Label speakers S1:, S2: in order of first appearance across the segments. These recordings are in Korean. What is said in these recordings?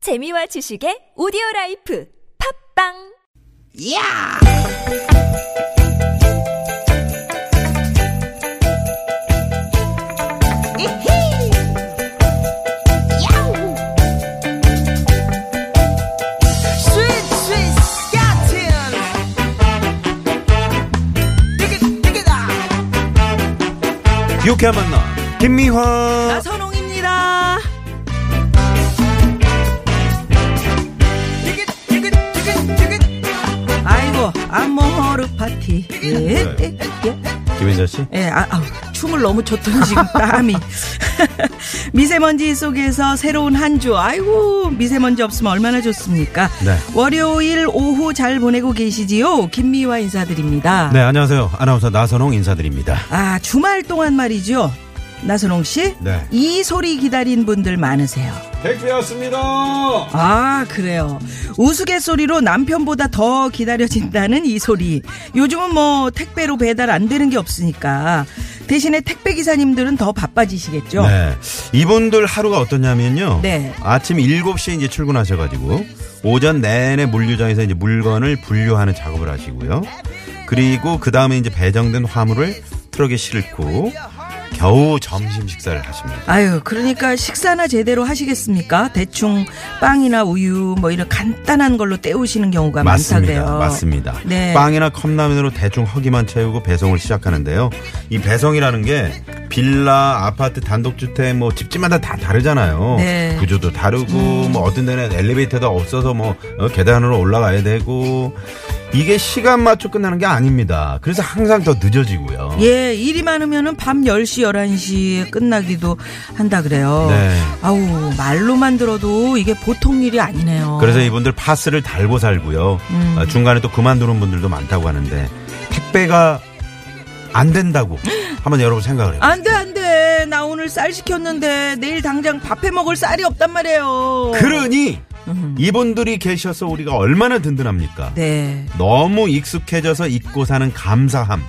S1: 재미와 지식의 오디오 라이프 팝빵
S2: 야! 이히! 야우! 스윗, 스윗, 스캇틴! 디귿, 디귿아!
S3: 유쾌한 만남 김미화
S2: 나선홍입니다! 디귿, 디귿, 디귿, 디귿!
S4: 아이고 아모르 파티 예, 예, 예.
S3: 김인자 씨
S4: 예, 아, 아우, 춤을 너무 췄더니 지금 땀이 미세먼지 속에서 새로운 한 주 아이고 미세먼지 없으면 얼마나 좋습니까
S3: 네.
S4: 월요일 오후 잘 보내고 계시지요 김미화 인사드립니다
S3: 네 안녕하세요 아나운서 나선홍 인사드립니다
S4: 아 주말 동안 말이죠 나선홍 씨
S3: 네.
S4: 이 소리 기다린 분들 많으세요
S3: 백주였습니다
S4: 아, 그래요. 우스갯소리로 남편보다 더 기다려진다는 이 소리. 요즘은 뭐 택배로 배달 안 되는 게 없으니까. 대신에 택배 기사님들은 더 바빠지시겠죠?
S3: 네 이분들 하루가 어떠냐면요
S4: 네.
S3: 아침 7시에 이제 출근하셔가지고 오전 내내 물류장에서 이제 물건을 분류하는 작업을 하시고요 그리고 그 다음에 이제 배정된 화물을 트럭에 싣고 겨우 점심 식사를 하십니다
S4: 아유, 그러니까 식사나 제대로 하시겠습니까? 대충 빵이나 우유 뭐 이런 간단한 걸로 때우시는 경우가 많다 그래요.
S3: 맞습니다.
S4: 네.
S3: 빵이나 컵라면으로 대충 허기만 채우고 배송을 시작하는데요. 이 배송이라는 게 빌라, 아파트, 단독주택, 뭐 집집마다 다 다르잖아요.
S4: 네. 음.
S3: 구조도 다르고 뭐 어떤 데는 엘리베이터도 없어서 뭐 어, 계단으로 올라가야 되고 이게 시간 맞춰 끝나는 게 아닙니다. 그래서 항상 더 늦어지고요.
S4: 예, 일이 많으면은 밤 10시, 11시에 끝나기도 한다 그래요.
S3: 네.
S4: 아우, 말로만 들어도 이게 보통 일이 아니네요.
S3: 그래서 이분들 파스를 달고 살고요.
S4: 음.
S3: 어, 중간에 또 그만두는 분들도 많다고 하는데 택배가 안 된다고 한번 여러분 생각을 해요.
S4: 안 돼, 안 돼. 나 오늘 쌀 시켰는데 내일 당장 밥해 먹을 쌀이 없단 말이에요.
S3: 그러니 이분들이 계셔서 우리가 얼마나 든든합니까?
S4: 음. 네.
S3: 너무 익숙해져서 잊고 사는 감사함.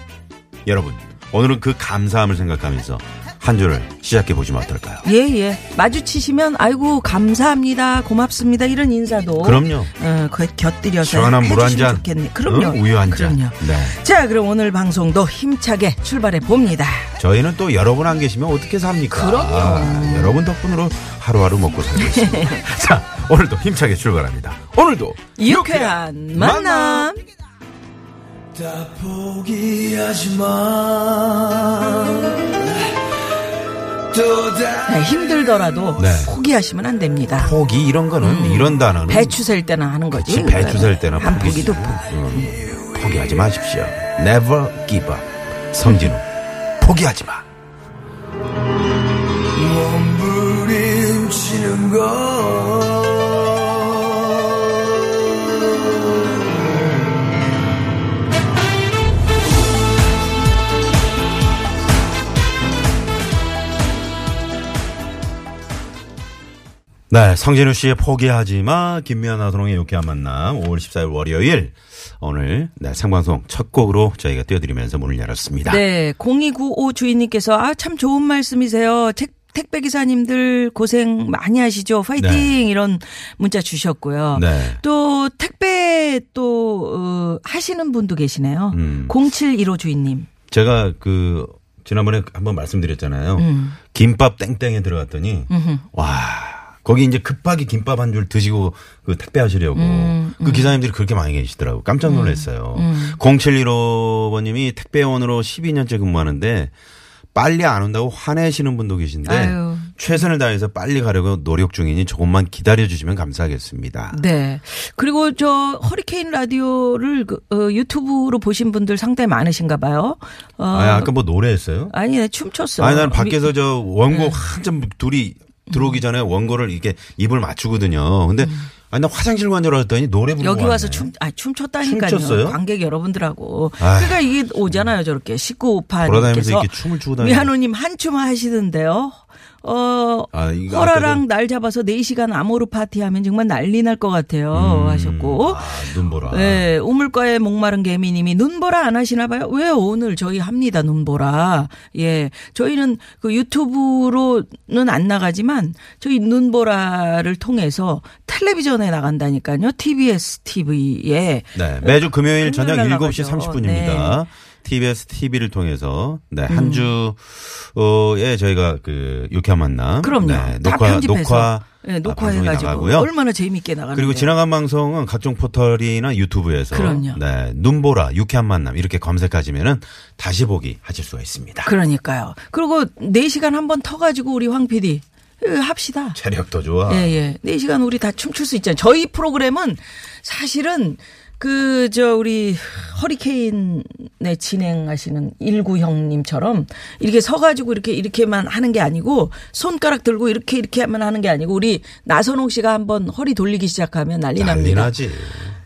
S3: 여러분, 오늘은 그 감사함을 생각하면서 한 주를 시작해 보시면 어떨까요?
S4: 예, 예. 마주치시면, 아이고, 감사합니다. 고맙습니다. 이런 인사도.
S3: 그럼요.
S4: 어, 그 곁들여서.
S3: 시원한 물 한
S4: 해주시면
S3: 잔,
S4: 좋겠네. 그럼요.
S3: 응? 우유 한 잔.
S4: 그럼요.
S3: 네.
S4: 자, 그럼 오늘 방송도 힘차게 출발해 봅니다.
S3: 저희는 또 여러분 안 계시면 어떻게 삽니까?
S4: 그럼요.
S3: 아, 여러분 덕분으로 하루하루 먹고 살고 있습니다. 자, 오늘도 힘차게 출발합니다. 오늘도
S4: 유쾌한 만남.
S5: 다 포기하지 마. 또 다.
S4: 네, 힘들더라도
S3: 네. 음.
S4: 포기하시면 안 됩니다.
S3: 포기 이런 거는 이런 단어는
S4: 음. 배추 셀 때나 하는 거지. 그러니까
S3: 그치, 배추 셀 때나
S4: 한
S3: 포기지.
S4: 포기도
S3: 음, 포기하지 마십시오. Never give up. 성진우, 포기하지 마.
S5: 몸부림치는 거.
S3: 네, 성진우 씨의 포기하지 마. 김미연 아선홍의 유쾌한 만남. 5월 14일 월요일. 오늘, 네, 생방송 첫 곡으로 저희가 띄워드리면서 문을 열었습니다.
S4: 네, 0295 주인님께서 아 참 좋은 말씀이세요. 택 택배 기사님들 고생 많이 하시죠. 파이팅
S3: 네.
S4: 이런 문자 주셨고요.
S3: 네.
S4: 또 택배 또 어, 하시는 분도 계시네요.
S3: 음.
S4: 0715 주인님.
S3: 제가 그, 지난번에 한번 말씀드렸잖아요.
S4: 음.
S3: 김밥 땡땡에 들어갔더니, 와. 거기 이제 급하게 김밥 한 줄 드시고 그 택배 하시려고
S4: 음,
S3: 그 기사님들이 그렇게 많이 계시더라고 깜짝 놀랐어요. 0715번님이 택배원으로 12년째 근무하는데 빨리 안 온다고 화내시는 분도 계신데
S4: 아유.
S3: 최선을 다해서 빨리 가려고 노력 중이니 조금만 기다려 주시면 감사하겠습니다.
S4: 네. 그리고 저 허리케인 라디오를 그, 어, 유튜브로 보신 분들 상당히 많으신가 봐요. 어,
S3: 아, 아까 뭐 노래했어요?
S4: 아니, 나 춤췄어.
S3: 아니 나는 밖에서 저 원고
S4: 네.
S3: 한참 둘이
S4: 음.
S3: 들어오기 전에 원고를 이렇게 입을 맞추거든요. 근데 아니 나 화장실 간 줄 알았더니 노래 부르고
S4: 여기 와서
S3: 왔네.
S4: 춤, 아, 춤췄다니까요.
S3: 춤췄어요?
S4: 관객 여러분들하고.
S3: 아휴.
S4: 그러니까 이게 오잖아요, 저렇게. 1958.
S3: 돌아다니면서 이렇게 춤을 추고 다니는
S4: 미한호님 한춤 하시던데요. 어,
S3: 아, 이거 아까도-
S4: 허라랑 날 잡아서 4시간 암호로 파티하면 정말 난리 날 것 같아요. 하셨고.
S3: 아, 눈보라.
S4: 네, 우물가에 목마른 개미님이 눈보라 안 하시나 봐요? 왜 오늘 저희 합니다, 눈보라. 예. 저희는 그 유튜브로는 안 나가지만 저희 눈보라를 통해서 텔레비전에 나간다니까요. TBS TV에.
S3: 네, 매주
S4: 음,
S3: 금요일 저녁
S4: 금요일 날
S3: 7시
S4: 나가죠. 음,
S3: 30분입니다. TBS TV를 통해서 네, 한 주에 저희가 그 유쾌한 만남
S4: 그럼요.
S3: 네,
S4: 다
S3: 녹화
S4: 편집해서.
S3: 녹화
S4: 예,
S3: 방송이
S4: 녹화해가지고
S3: 나가고요.
S4: 얼마나 재미있게 나가는
S3: 그리고 지나간 방송은 각종 포털이나 유튜브에서
S4: 그럼요.
S3: 네, 눈보라 유쾌한 만남 이렇게 검색하시면은 다시 보기 하실 수가 있습니다.
S4: 그러니까요. 그리고 4시간 한 번 터가지고 우리 황 PD 으, 합시다.
S3: 체력도 좋아.
S4: 예, 예. 4시간 우리 다 춤출 수 있잖아요. 저희 프로그램은 사실은 그, 저, 우리 허리케인에 진행하시는 일구 형님처럼 이렇게 서가지고 이렇게 이렇게만 하는 게 아니고 손가락 들고 이렇게 이렇게 하면 하는 게 아니고 우리 나선홍 씨가 한번 허리 돌리기 시작하면 난리
S3: 난리
S4: 납니다.
S3: 나지.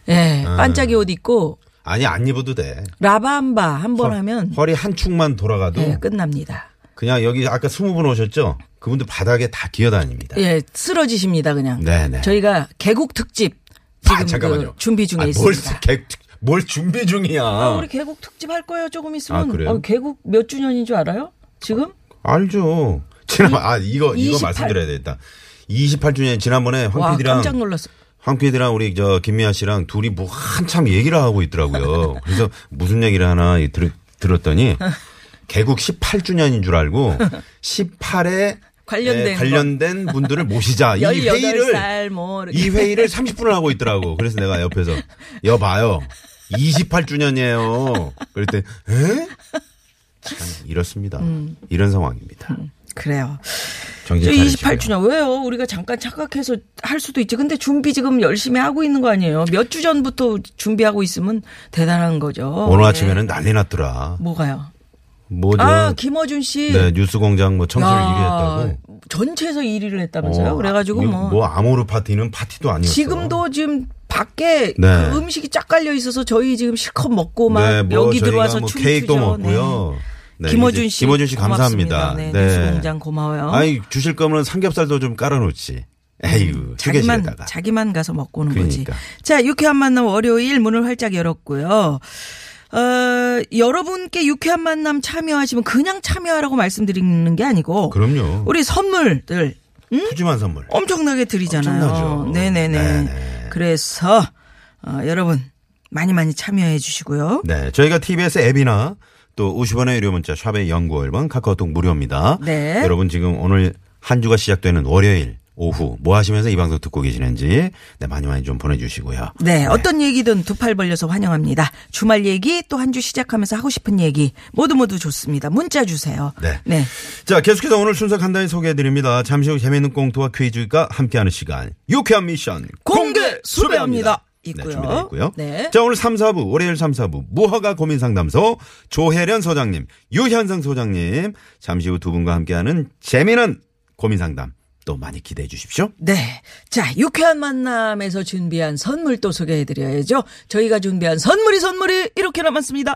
S3: 아.
S4: 예. 반짝이 옷 입고
S3: 아니 안 입어도 돼.
S4: 라밤바 한 번 하면
S3: 허리 음. 한 축만 돌아가도
S4: 예, 끝납니다.
S3: 그냥 여기 아까 20분 오셨죠? 그분들 바닥에 다 기어다닙니다.
S4: 예, 쓰러지십니다 그냥.
S3: 네네.
S4: 저희가 개국 특집 지금
S3: 아, 잠깐만요.
S4: 그 준비 중에
S3: 아, 뭘,
S4: 있습니다.
S3: 개- 뭘 준비 중이야?
S4: 아, 우리 개국 특집 할 거예요. 조금 있으면.
S3: 어. 아, 그래요?
S4: 어, 개국 몇 주년인 줄 알아요? 지금?
S3: 알죠. 지난번 아 이거 이거
S4: 28.
S3: 말씀드려야 되겠다. 28주년 지난번에
S4: 와,
S3: 아, 황 PD랑
S4: 깜짝 놀랐어.
S3: 황 PD랑 우리 저 김미아 씨랑 둘이 뭐 한참 얘기를 하고 있더라고요. 그래서 무슨 얘기를 하나 이 들, 들었더니 개국 18주년인 줄 알고 18에 예,
S4: 관련된 거.
S3: 관련된 분들을 모시자 이
S4: 18살
S3: 회의를
S4: 뭐 이렇게.
S3: 이 회의를 30분을 하고 있더라고. 그래서 내가 옆에서 여봐요. 28주년이에요. 그랬더니 에? 참 이렇습니다. 이런 상황입니다.
S4: 그래요. 음. 저
S3: 정신 차리시고요.
S4: 28주년 왜요? 우리가 잠깐 착각해서 할 수도 있지. 근데 준비 지금 열심히 하고 있는 거 아니에요? 몇 주 전부터 준비하고 있으면 대단한 거죠.
S3: 오늘
S4: 예.
S3: 아침에는 난리 났더라.
S4: 뭐가요?
S3: 뭐죠?
S4: 아, 김어준 씨.
S3: 네, 뉴스공장 뭐 청소를
S4: 야,
S3: 1위 했다고.
S4: 전체에서 1위를 했다면서요? 그래가지고
S3: 이거
S4: 뭐,
S3: 뭐 아모르 파티는 파티도 아니었어.
S4: 지금도 지금 밖에
S3: 예, 그렇죠. 네.
S4: 그 음식이 쫙 깔려 있어서 저희 지금 실컷 먹고 막
S3: 네, 뭐
S4: 여기
S3: 저희가
S4: 들어와서
S3: 뭐
S4: 춤
S3: 케이크도
S4: 추죠. 네.
S3: 먹고요. 네,
S4: 김어준
S3: 이제
S4: 씨,
S3: 김어준 씨
S4: 고맙습니다.
S3: 감사합니다.
S4: 네, 뉴스공장 고마워요.
S3: 아니 주실 거면 삼겹살도 좀 깔아놓지. 에이구
S4: 음, 자기만
S3: 휴게실에다가.
S4: 자기만 가서 먹고 오는
S3: 그러니까.
S4: 거지. 자, 유쾌한 만남 월요일 문을 활짝 열었고요. 어, 여러분께 유쾌한 만남 참여하시면 그냥 참여하라고 말씀드리는 게 아니고
S3: 그럼요.
S4: 우리 선물들 음?
S3: 푸짐한
S4: 어,
S3: 선물.
S4: 엄청나게 드리잖아요.
S3: 엄청나죠.
S4: 네네네.
S3: 네네.
S4: 그래서 어, 여러분 많이 많이 참여해 주시고요.
S3: 네, 저희가 TBS 앱이나 또 50원의 유료 문자 샵의 연구 앨범 카카오톡 무료입니다.
S4: 네.
S3: 여러분 지금 오늘 한 주가 시작되는 월요일 오후 뭐 하시면서 이 방송 듣고 계시는지 네, 많이 많이 좀 보내주시고요.
S4: 네, 어떤 얘기든 두 팔 벌려서 환영합니다. 주말 얘기 또 한 주 시작하면서 하고 싶은 얘기 모두 모두 좋습니다. 문자 주세요.
S3: 네. 자, 계속해서 오늘 순서 간단히 소개해드립니다. 잠시 후 재미있는 꽁트와 퀴즈가 함께하는 시간. 유쾌한 미션.
S4: 공개 수배합니다.
S3: 네,
S4: 있고요.
S3: 준비되어 있고요.
S4: 네.
S3: 자, 오늘 3, 4부, 월요일 3, 4부, 무허가 고민 상담소, 조혜련 소장님, 유현상 소장님, 잠시 후 두 분과 함께하는 재미난 고민 상담 또 많이 기대해 주십시오.
S4: 네. 자, 유쾌한 만남에서 준비한 선물 또 소개해 드려야죠. 저희가 준비한 선물이 선물이 이렇게 남았습니다.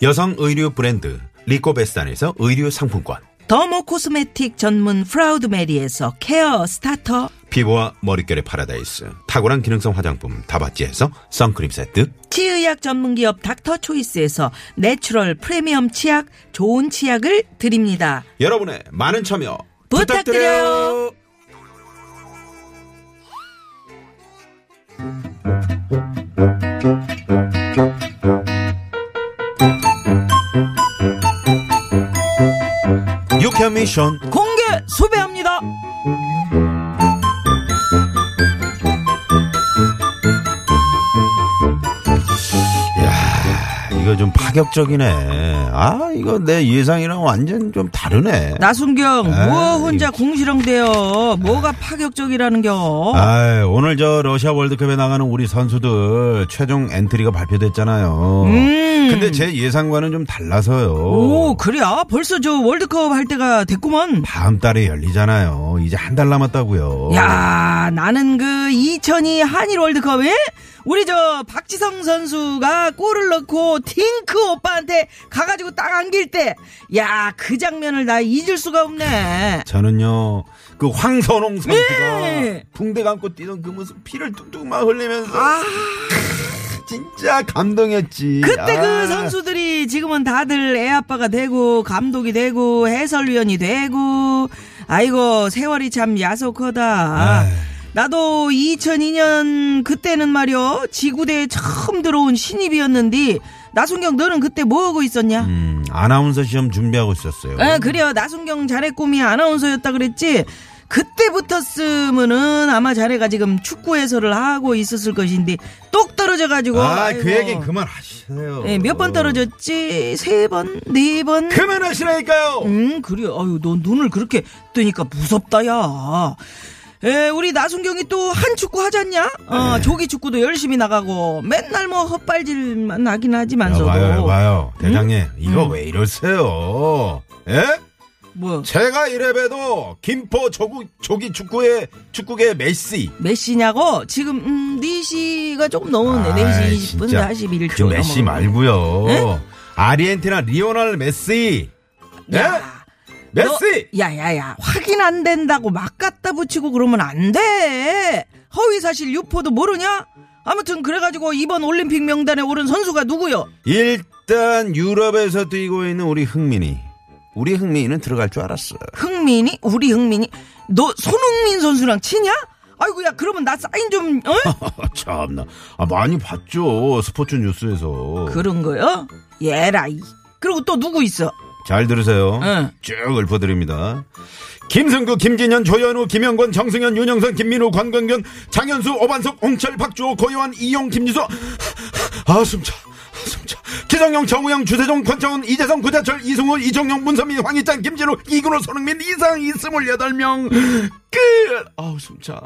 S3: 여성 의류 브랜드 리코베스탄에서 의류 상품권
S4: 더모 코스메틱 전문 프라우드 메리에서 케어 스타터.
S3: 피부와 머릿결의 파라다이스 탁월한 기능성 화장품 다바찌에서 선크림 세트
S4: 치의학 전문기업 닥터 초이스에서 내추럴 프리미엄 치약, 좋은 치약을 드립니다.
S3: 여러분의 많은 참여 부탁드려요
S4: 부탁드려요.
S3: 유쾌한 미션
S4: 공개 수배합니다.
S3: 이거 좀 파괴 파격적이네. 아, 이거 내 예상이랑 완전 좀 다르네.
S4: 나순경 뭐
S3: 에이.
S4: 혼자 궁시렁대요. 뭐가 파격적이라는겨.
S3: 아, 오늘 저 러시아 월드컵에 나가는 우리 선수들 최종 엔트리가 발표됐잖아요. 근데 제 예상과는 좀 달라서요.
S4: 음. 오 그래야 아, 벌써 저 월드컵 할 때가 됐구먼.
S3: 다음 달에 열리잖아요. 이제 한 달 남았다고요.
S4: 야 나는 그 2002 한일 월드컵에 우리 저 박지성 선수가 골을 넣고 팅크 오빠한테 가가지고 딱 안길 때 야 그 장면을 나 잊을 수가 없네.
S3: 저는요 그 황선홍 선수가
S4: 네.
S3: 붕대 감고 뛰던 그 모습 피를 뚝뚝 막 흘리면서 진짜 감동했지.
S4: 아. 그때
S3: 아.
S4: 그 선수들이 지금은 다들 애 아빠가 되고 감독이 되고 해설위원이 되고 아이고 세월이 참 야속하다.
S3: 아이.
S4: 나도 2002년 그때는 말이요 지구대에 처음 들어온 신입이었는데 나순경 너는 그때 뭐하고 있었냐?
S3: 음, 아나운서 시험 준비하고 있었어요.
S4: 아, 그래요. 나순경 잘했 꿈이 아나운서였다 그랬지. 그때부터쓰면은 아마 자네가 지금 축구 해설을 하고 있었을 것인데 똑 떨어져가지고.
S3: 아, 그
S4: 아이고.
S3: 얘기 그만하시세요.
S4: 네, 몇 번 떨어졌지? 세 번? 네
S3: 그
S4: 번?
S3: 그만하시라니까요.
S4: 음, 그래. 아유, 너 눈을 그렇게 뜨니까 무섭다, 야. 에, 우리 나순경이 또 한 축구 하잖냐? 어,
S3: 네.
S4: 조기 축구도 열심히 나가고 맨날 뭐 헛발질만 하긴 하지만서도. 음?
S3: 여봐요, 여봐요. 대장님, 이거 왜 이러세요? 예?
S4: 뭐,
S3: 제가 이래봬도 김포 조국, 조기 축구의, 축구계 메시.
S4: 몇 시냐고? 지금, 음, 4시가 조금 어, 넘었네.
S3: 아이,
S4: 4시 20분,
S3: 진짜.
S4: 41초.
S3: 그 메시 말고요
S4: 예?
S3: 아르헨티나 리오넬 메시. 예?
S4: 야.
S3: 메시!
S4: 너, 야야야 확인 안 된다고 막 갖다 붙이고 그러면 안돼 허위 사실 유포도 모르냐 아무튼 그래가지고 이번 올림픽 명단에 오른 선수가 누구요
S3: 일단 유럽에서 뛰고 있는 우리 흥민이. 우리 흥민이는 들어갈 줄 알았어.
S4: 흥민이 우리 흥민이 너 손흥민 선수랑 치냐 아이고 야 그러면 나 사인 좀 어?
S3: 참나. 아, 많이 봤죠. 스포츠 뉴스에서.
S4: 그런 거요 예라이 그리고 또 누구 있어
S3: 잘 들으세요.
S4: 응.
S3: 쭉 읊어드립니다. 김승규, 김진현, 조현우, 김영권, 정승현, 윤영선, 김민우, 관광경, 장현수, 오반석, 홍철, 박주호, 고요한, 이용, 김유서. 아, 숨차. 아, 숨차. 기성용, 정우영, 주세종, 권창훈, 이재성, 구자철, 이승우, 이정용, 문선민, 황희찬, 김진우, 이근호, 손흥민, 이상희, 28명. 끝! 아우, 숨차.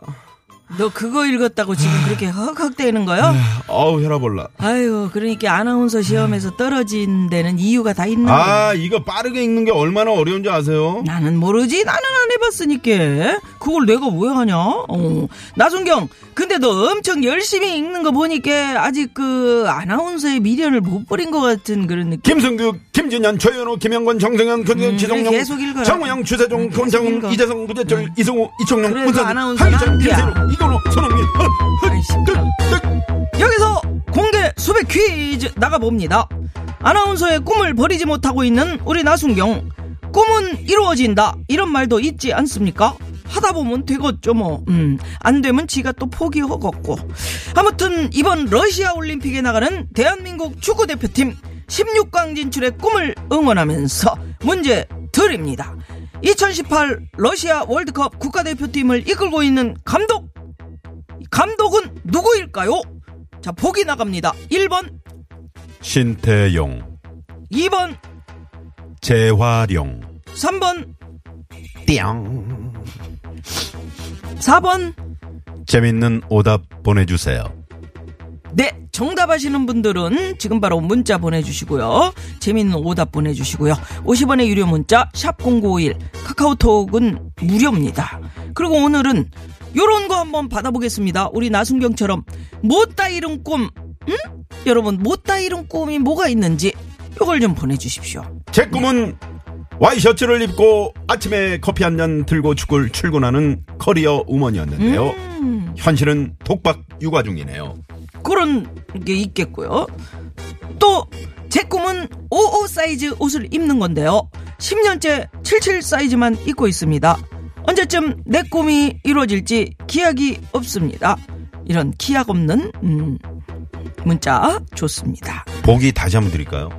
S4: 너 그거 읽었다고 지금 그렇게
S3: 아.
S4: 헉헉대는
S3: 네.
S4: 거요
S3: 아우, 혈압올라.
S4: 아유 그러니까 아나운서 시험에서 떨어진 데는 이유가 다 있는 거야.
S3: 아, 이거 빠르게 읽는 게 얼마나 어려운지 아세요?
S4: 나는 모르지. 나는 안 해봤으니까. 그걸 내가 왜 하냐? 어. 나순경, 근데 너 엄청 열심히 읽는 거 보니까 아직 그 아나운서의 미련을 못 버린 것 같은 그런 느낌.
S3: 김승규, 김진현, 최현우, 김영권, 정승현, 권현 지성용,
S4: 그래, 음, 계속 읽어라.
S3: 정우영, 주세종,
S4: 계속 읽어. 음.
S3: 권창훈, 이재성, 구재철, 이승우, 이청용,
S4: 그래, 그
S3: 문선,
S4: 아나운서나
S3: 한희철,
S4: 야.
S3: 김세로, 이건호, 손흥민. 헛, 헛,
S4: 아이, 시끄러워.
S3: 뜩, 뜩.
S4: 여기서 공개 수백 퀴즈 나가봅니다. 아나운서의 꿈을 버리지 못하고 있는 우리 나순경. 꿈은 이루어진다. 이런 말도 있지 않습니까? 하다 보면 되겠죠, 뭐. 음, 안 되면 지가 또 포기하겠고. 아무튼, 이번 러시아 올림픽에 나가는 대한민국 축구대표팀 16강 진출의 꿈을 응원하면서 문제 드립니다. 2018 러시아 월드컵 국가대표팀을 이끌고 있는 감독 감독은 누구일까요? 자, 보기 나갑니다. 1번,
S3: 신태용,
S4: 2번,
S3: 재활용,
S4: 3번,
S3: 띵.
S4: 4번.
S3: 재밌는 오답 보내주세요.
S4: 네, 정답하시는 분들은 지금 바로 문자 보내주시고요. 재밌는 오답 보내주시고요. 50원의 유료 문자, 샵0951. 카카오톡은 무료입니다. 그리고 오늘은 요런 거 한번 받아보겠습니다. 우리 나순경처럼 못다 이룬 꿈, 응? 여러분, 못다 이룬 꿈이 뭐가 있는지 요걸 좀 보내주십시오.
S3: 제 꿈은 와이셔츠를 입고 아침에 커피 한 잔 들고 축을 출근하는 커리어 우먼이었는데요.
S4: 음.
S3: 현실은 독박 육아 중이네요.
S4: 그런 게 있겠고요. 또 제 꿈은 55 사이즈 옷을 입는 건데요. 10년째 77 사이즈만 입고 있습니다. 언제쯤 내 꿈이 이루어질지 기약이 없습니다. 이런 기약 없는 음, 문자 좋습니다.
S3: 보기 다시 한번 드릴까요?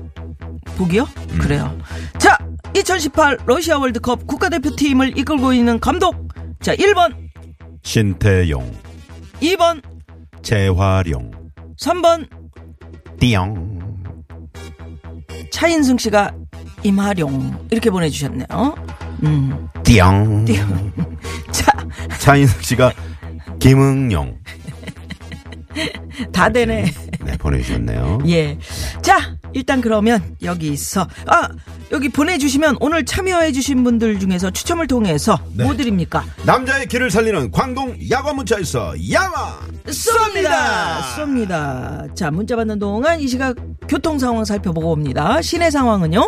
S4: 보기요? 그래요. 자, 2018 러시아 월드컵 국가대표팀을 이끌고 있는 감독. 자, 1번,
S3: 신태용,
S4: 2번,
S3: 재활용,
S4: 3번,
S3: 띠용.
S4: 차인승 씨가 임하룡 이렇게 보내주셨네요. 음.
S3: 띠용.
S4: 자,
S3: 차인숙 씨가 김응용.
S4: 다 되네.
S3: 네, 보내주셨네요.
S4: 예. 자, 일단 그러면 여기 있어. 아, 여기 보내주시면 오늘 참여해주신 분들 중에서 추첨을 통해서 뭐 드립니까?
S3: 남자의 길을 살리는 광동 야과 문자에서 야마!
S4: 쏩니다! 쏩니다. 자, 문자 받는 동안 이 시각 교통 상황 살펴보고 옵니다. 시내 상황은요?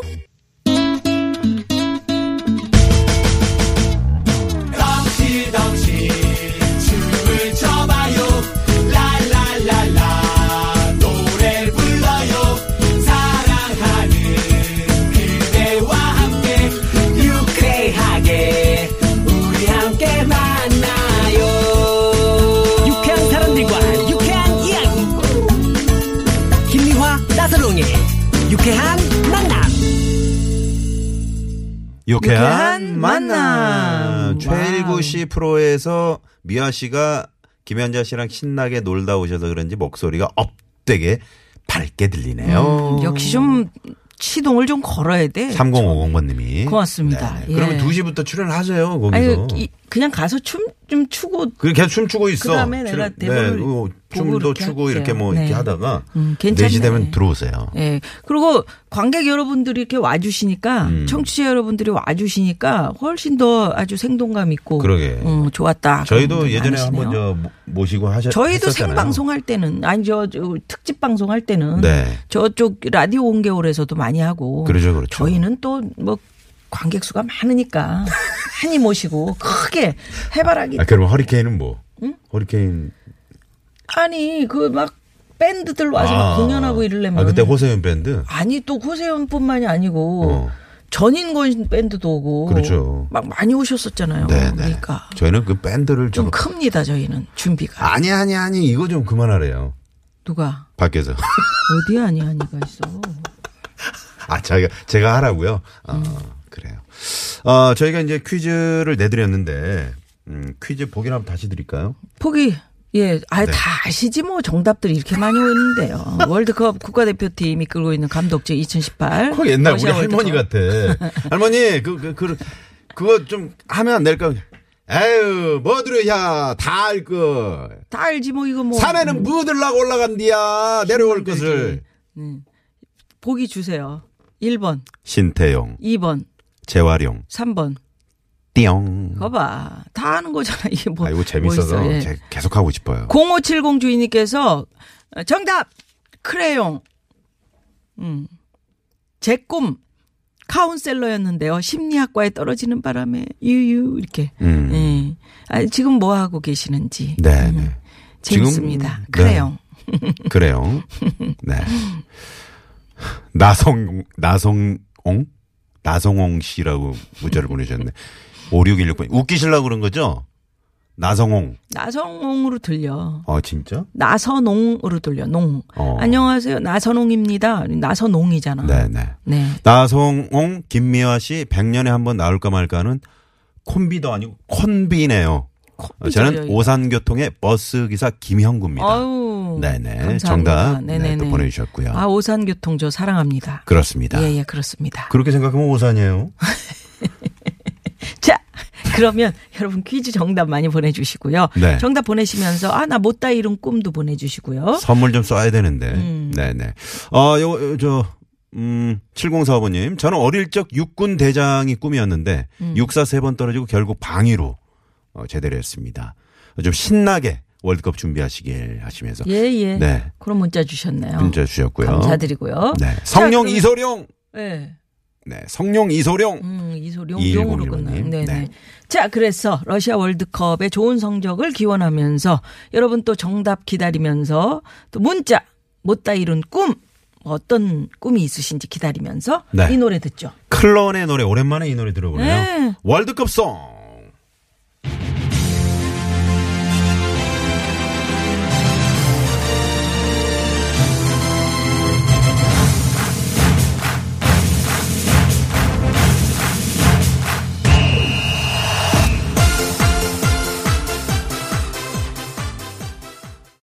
S6: 유쾌한 사람들과 유쾌한 이야기 김미화 나선롱의 유쾌한 만남
S3: 유쾌한
S4: 유쾌한
S3: 만남.
S4: 만남.
S3: 최일구
S4: 와우.
S3: 씨 프로에서 미아 씨가 김현자 씨랑 신나게 놀다 오셔서 그런지 목소리가 업되게 밝게 들리네요.
S4: 음, 역시 좀 시동을 좀 걸어야 돼.
S3: 3050번님이. 네,
S4: 고맙습니다. 예.
S3: 그러면 2시부터 출연하세요,
S4: 아니,
S3: 거기서.
S4: 이- 그냥 가서 춤 좀 추고
S3: 그냥 계속 춤추고 있어.
S4: 그다음에 내가
S3: 출-
S4: 대본을
S3: 어,
S4: 보고
S3: 춤도
S4: 이렇게
S3: 추고
S4: 할게요.
S3: 이렇게 뭐 이렇게
S4: 네.
S3: 하다가
S4: 음, 괜찮네.
S3: 4시 되면 들어오세요.
S4: 예. 그리고 관객 여러분들이 이렇게 와주시니까
S3: 음.
S4: 청취자 여러분들이 와주시니까 훨씬 더 아주 생동감 있고
S3: 그러게.
S4: 음, 좋았다.
S3: 저희도
S4: 그런 분들
S3: 예전에
S4: 많으시네요.
S3: 한번 저 모- 모시고 하셨
S4: 저희도
S3: 했었잖아요.
S4: 생방송 할 때는 아니 저, 저 특집 방송 할 때는
S3: 네.
S4: 저쪽 라디오 온개월에서도 많이 하고
S3: 그러죠, 그렇죠.
S4: 저희는 또 뭐 관객 수가 많으니까 많이 모시고 크게 해바라기
S3: 아, 그러면 허리케인은 뭐? 허리케인
S4: 아니 그 막 밴드들 와서 막뭐 공연하고 이러려면
S3: 아, 그때 호세윤 밴드.
S4: 아니 또 호세연뿐만이 아니고
S3: 어.
S4: 전인권 밴드도 오고
S3: 그렇죠.
S4: 막 많이 오셨었잖아요.
S3: 네, 네.
S4: 그러니까
S3: 저희는 그 밴드를
S4: 좀
S3: 좀
S4: 큽니다 저희는 준비가
S3: 아니 아니 아니 이거 좀 그만하래요.
S4: 누가
S3: 밖에서.
S4: 어디 아니 아니가 있어.
S3: 아, 제가 제가 하라고요. 어,
S4: 음.
S3: 그래요. 어, 저희가 이제 퀴즈를 내드렸는데 음, 퀴즈 보기나 한번 다시 드릴까요?
S4: 포기 예,
S3: 네.
S4: 아예 다 아시지 뭐 정답들이 이렇게 많이 오는데요. 월드컵 국가대표팀 이끌고 있는 감독제 2018.
S3: 그 옛날 우리
S4: 러시아 월드컵.
S3: 할머니 같아. 할머니 그 그 그, 그거 좀 하면 안 될까? 에휴 뭐 들으야 다 알 걸.
S4: 다 알지 뭐 이거 뭐
S3: 산에는 무들라고 올라간디야 내려올 것을.
S4: 것을. 보기 주세요. 1번,
S3: 신태용,
S4: 2번,
S3: 재활용,
S4: 3번.
S3: 띠용.
S4: 거봐. 다 아는 거잖아. 이게 뭐.
S3: 아 이거
S4: 뭐
S3: 재밌어서
S4: 있어. 어, 예.
S3: 제- 계속 하고 싶어요.
S4: 0570 주인님께서 정답! 크레용. 음. 제 꿈 카운셀러였는데요. 심리학과에 떨어지는 바람에 유유 이렇게.
S3: 음.
S4: 예. 아, 지금 뭐 하고 계시는지.
S3: 네, 네. 지금-
S4: 재밌습니다.
S3: 네.
S4: 크레용.
S3: 그래요. 네. 나성, 나성옹? 나성옹 씨라고 문자를 보내셨네. 5616번. 웃기시려고 그런 거죠? 나성옹.
S4: 나성홍으로 들려.
S3: 아, 진짜?
S4: 나선홍으로 들려. 농.
S3: 어.
S4: 안녕하세요. 나선홍입니다. 나선홍이잖아.
S3: 네네.
S4: 네.
S3: 나성옹, 김미화 씨 100년에 한 번 나올까 말까 하는 콤비도 아니고 콤비네요. 어,
S4: 콤비죠,
S3: 저는
S4: 여기가.
S3: 오산교통의 버스기사 김형구입니다.
S4: 아유.
S3: 네네.
S4: 감사합니다.
S3: 정답. 네,
S4: 네네네.
S3: 또 보내주셨고요.
S4: 아, 오산교통 저 사랑합니다.
S3: 그렇습니다.
S4: 예, 예, 그렇습니다.
S3: 그렇게 생각하면 오산이에요.
S4: 자, 그러면 여러분 퀴즈 정답 많이 보내주시고요.
S3: 네.
S4: 정답 보내시면서, 아, 나 못 다 이룬 꿈도 보내주시고요.
S3: 선물 좀 쏴야 되는데.
S4: 음.
S3: 네네. 어, 요, 요, 저, 음, 7045번님. 저는 어릴 적 육군 대장이 꿈이었는데,
S4: 음.
S3: 육사 세 번 떨어지고 결국 방위로 어, 제대를 했습니다. 좀 신나게 월드컵 준비하시길 하시면서.
S4: 예, 예.
S3: 네.
S4: 그런 문자 주셨네요.
S3: 문자 주셨고요.
S4: 감사드리고요.
S3: 네.
S4: 자,
S3: 성룡
S4: 그럼-
S3: 이소룡!
S4: 예.
S3: 네. 성룡 이소룡!
S4: 음, 이소룡
S3: 2101
S4: 용으로
S3: 번님.
S4: 끝나요. 네,
S3: 네.
S4: 네. 자, 그래서 러시아 월드컵의 좋은 성적을 기원하면서 여러분 또 정답 기다리면서 또 문자 못 다 이룬 꿈 어떤 꿈이 있으신지 기다리면서
S3: 네.
S4: 이 노래 듣죠.
S3: 클론의 노래, 오랜만에 이 노래 들어보네요.
S4: 네.
S3: 월드컵송!